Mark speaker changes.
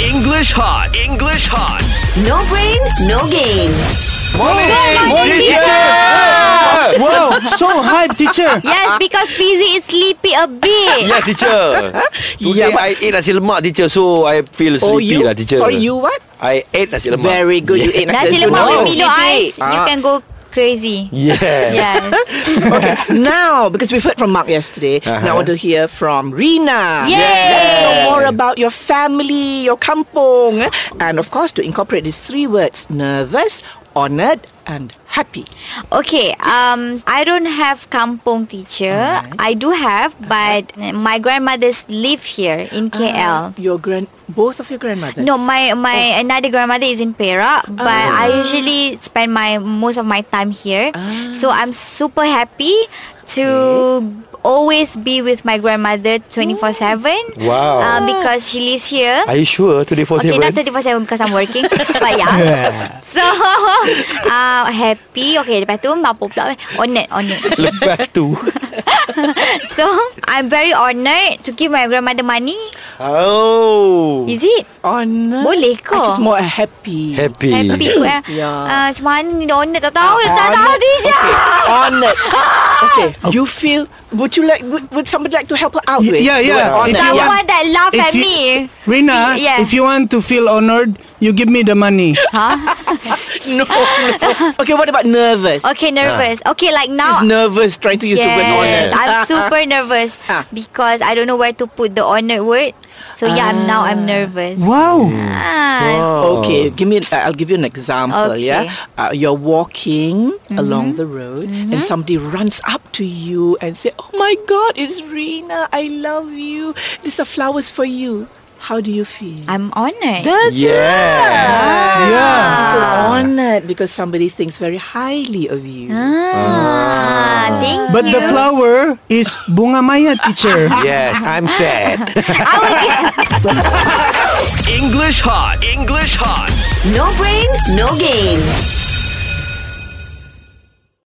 Speaker 1: English hot. English hot.
Speaker 2: No brain, no game.
Speaker 3: Morning, teacher!
Speaker 4: Wow, so hype teacher.
Speaker 5: Yes, because Fizi is sleepy a bit.
Speaker 3: Yeah, teacher. Today
Speaker 1: Yeah, but-
Speaker 3: I ate nasi lemak, teacher. So I feel
Speaker 1: Oh,
Speaker 3: sleepy
Speaker 1: you?
Speaker 3: lah, teacher.
Speaker 1: Sorry, you what?
Speaker 3: I ate nasi lemak.
Speaker 1: Very good. You ate
Speaker 5: Nasi
Speaker 1: You
Speaker 5: lemak
Speaker 1: know.
Speaker 5: with Milo ice, you
Speaker 1: Ah.
Speaker 5: can go crazy.
Speaker 3: Yeah.
Speaker 5: Yes.
Speaker 1: now, because we've heard from Mark yesterday, now I want to hear from Rina.
Speaker 5: Yay!
Speaker 1: Let's know more about your family, your kampung, eh? and of course to incorporate these three words: nervous, honoured, and happy.
Speaker 5: Okay, um, I don't have kampung teacher. I do have, but my grandmothers live here in KL.
Speaker 1: Your grand, both of your grandmothers.
Speaker 5: No, my my another grandmother is in Perak, but I usually spend my most of my time here. So I'm super happy to always be with my grandmother 24/7.
Speaker 3: Wow.
Speaker 5: Uh, because she lives here.
Speaker 3: Are you sure today for
Speaker 5: Okay, not
Speaker 3: seven?
Speaker 5: 24-7 because I'm working But yeah So uh, Happy Okay, lepas tu Mampu pula On it, on it
Speaker 3: Lepas tu.
Speaker 5: So I'm very honoured To give my grandmother money
Speaker 3: Oh.
Speaker 5: Is it?
Speaker 1: honoured.
Speaker 5: Boleh ke?
Speaker 1: I just more happy.
Speaker 3: Happy.
Speaker 5: Happy kot eh
Speaker 1: Ya.
Speaker 5: uh, Macam mana ni dah honoured Tak tahu Tak tahu
Speaker 1: Honoured.
Speaker 5: Dija
Speaker 1: Okay, honoured. Okay, you feel. Would you like? Would, would somebody like to help her out?
Speaker 4: Y-
Speaker 1: with?
Speaker 4: yeah,
Speaker 1: You
Speaker 4: yeah.
Speaker 1: are
Speaker 4: If you
Speaker 1: honoured. Yeah.
Speaker 5: Someone
Speaker 4: want-
Speaker 5: that laugh
Speaker 4: if
Speaker 5: at
Speaker 4: you-
Speaker 5: me
Speaker 4: Rina,
Speaker 5: Yeah.
Speaker 4: if you want to feel honored, you give me the money.
Speaker 1: No, no. Okay, what about nervous?
Speaker 5: Okay, nervous Okay, like now
Speaker 1: She's nervous trying to use the word honoured.
Speaker 5: Yes, I'm super nervous
Speaker 1: Ah.
Speaker 5: Because I don't know where to put the honoured word So yeah, I'm now I'm nervous
Speaker 4: Wow.
Speaker 5: Ah,
Speaker 4: Oh.
Speaker 1: Okay, give me. uh, I'll give you an example.
Speaker 5: Okay.
Speaker 1: Yeah, uh, you're walking
Speaker 4: Mm-hmm.
Speaker 1: along the road, and somebody runs up to you and say, "Oh my God, it's Rina! I love you. These are flowers for you." How do you feel?
Speaker 5: I'm honoured
Speaker 1: That's
Speaker 3: Yeah.
Speaker 1: right.
Speaker 4: Yeah.
Speaker 1: You feel honored because somebody thinks very highly of
Speaker 4: Ah.
Speaker 1: you.
Speaker 5: Ah, thank
Speaker 4: But
Speaker 5: you.
Speaker 4: the flower is bunga maya teacher.
Speaker 3: Yes, I'm sad.
Speaker 1: English hot. English hot.
Speaker 2: No brain, no game.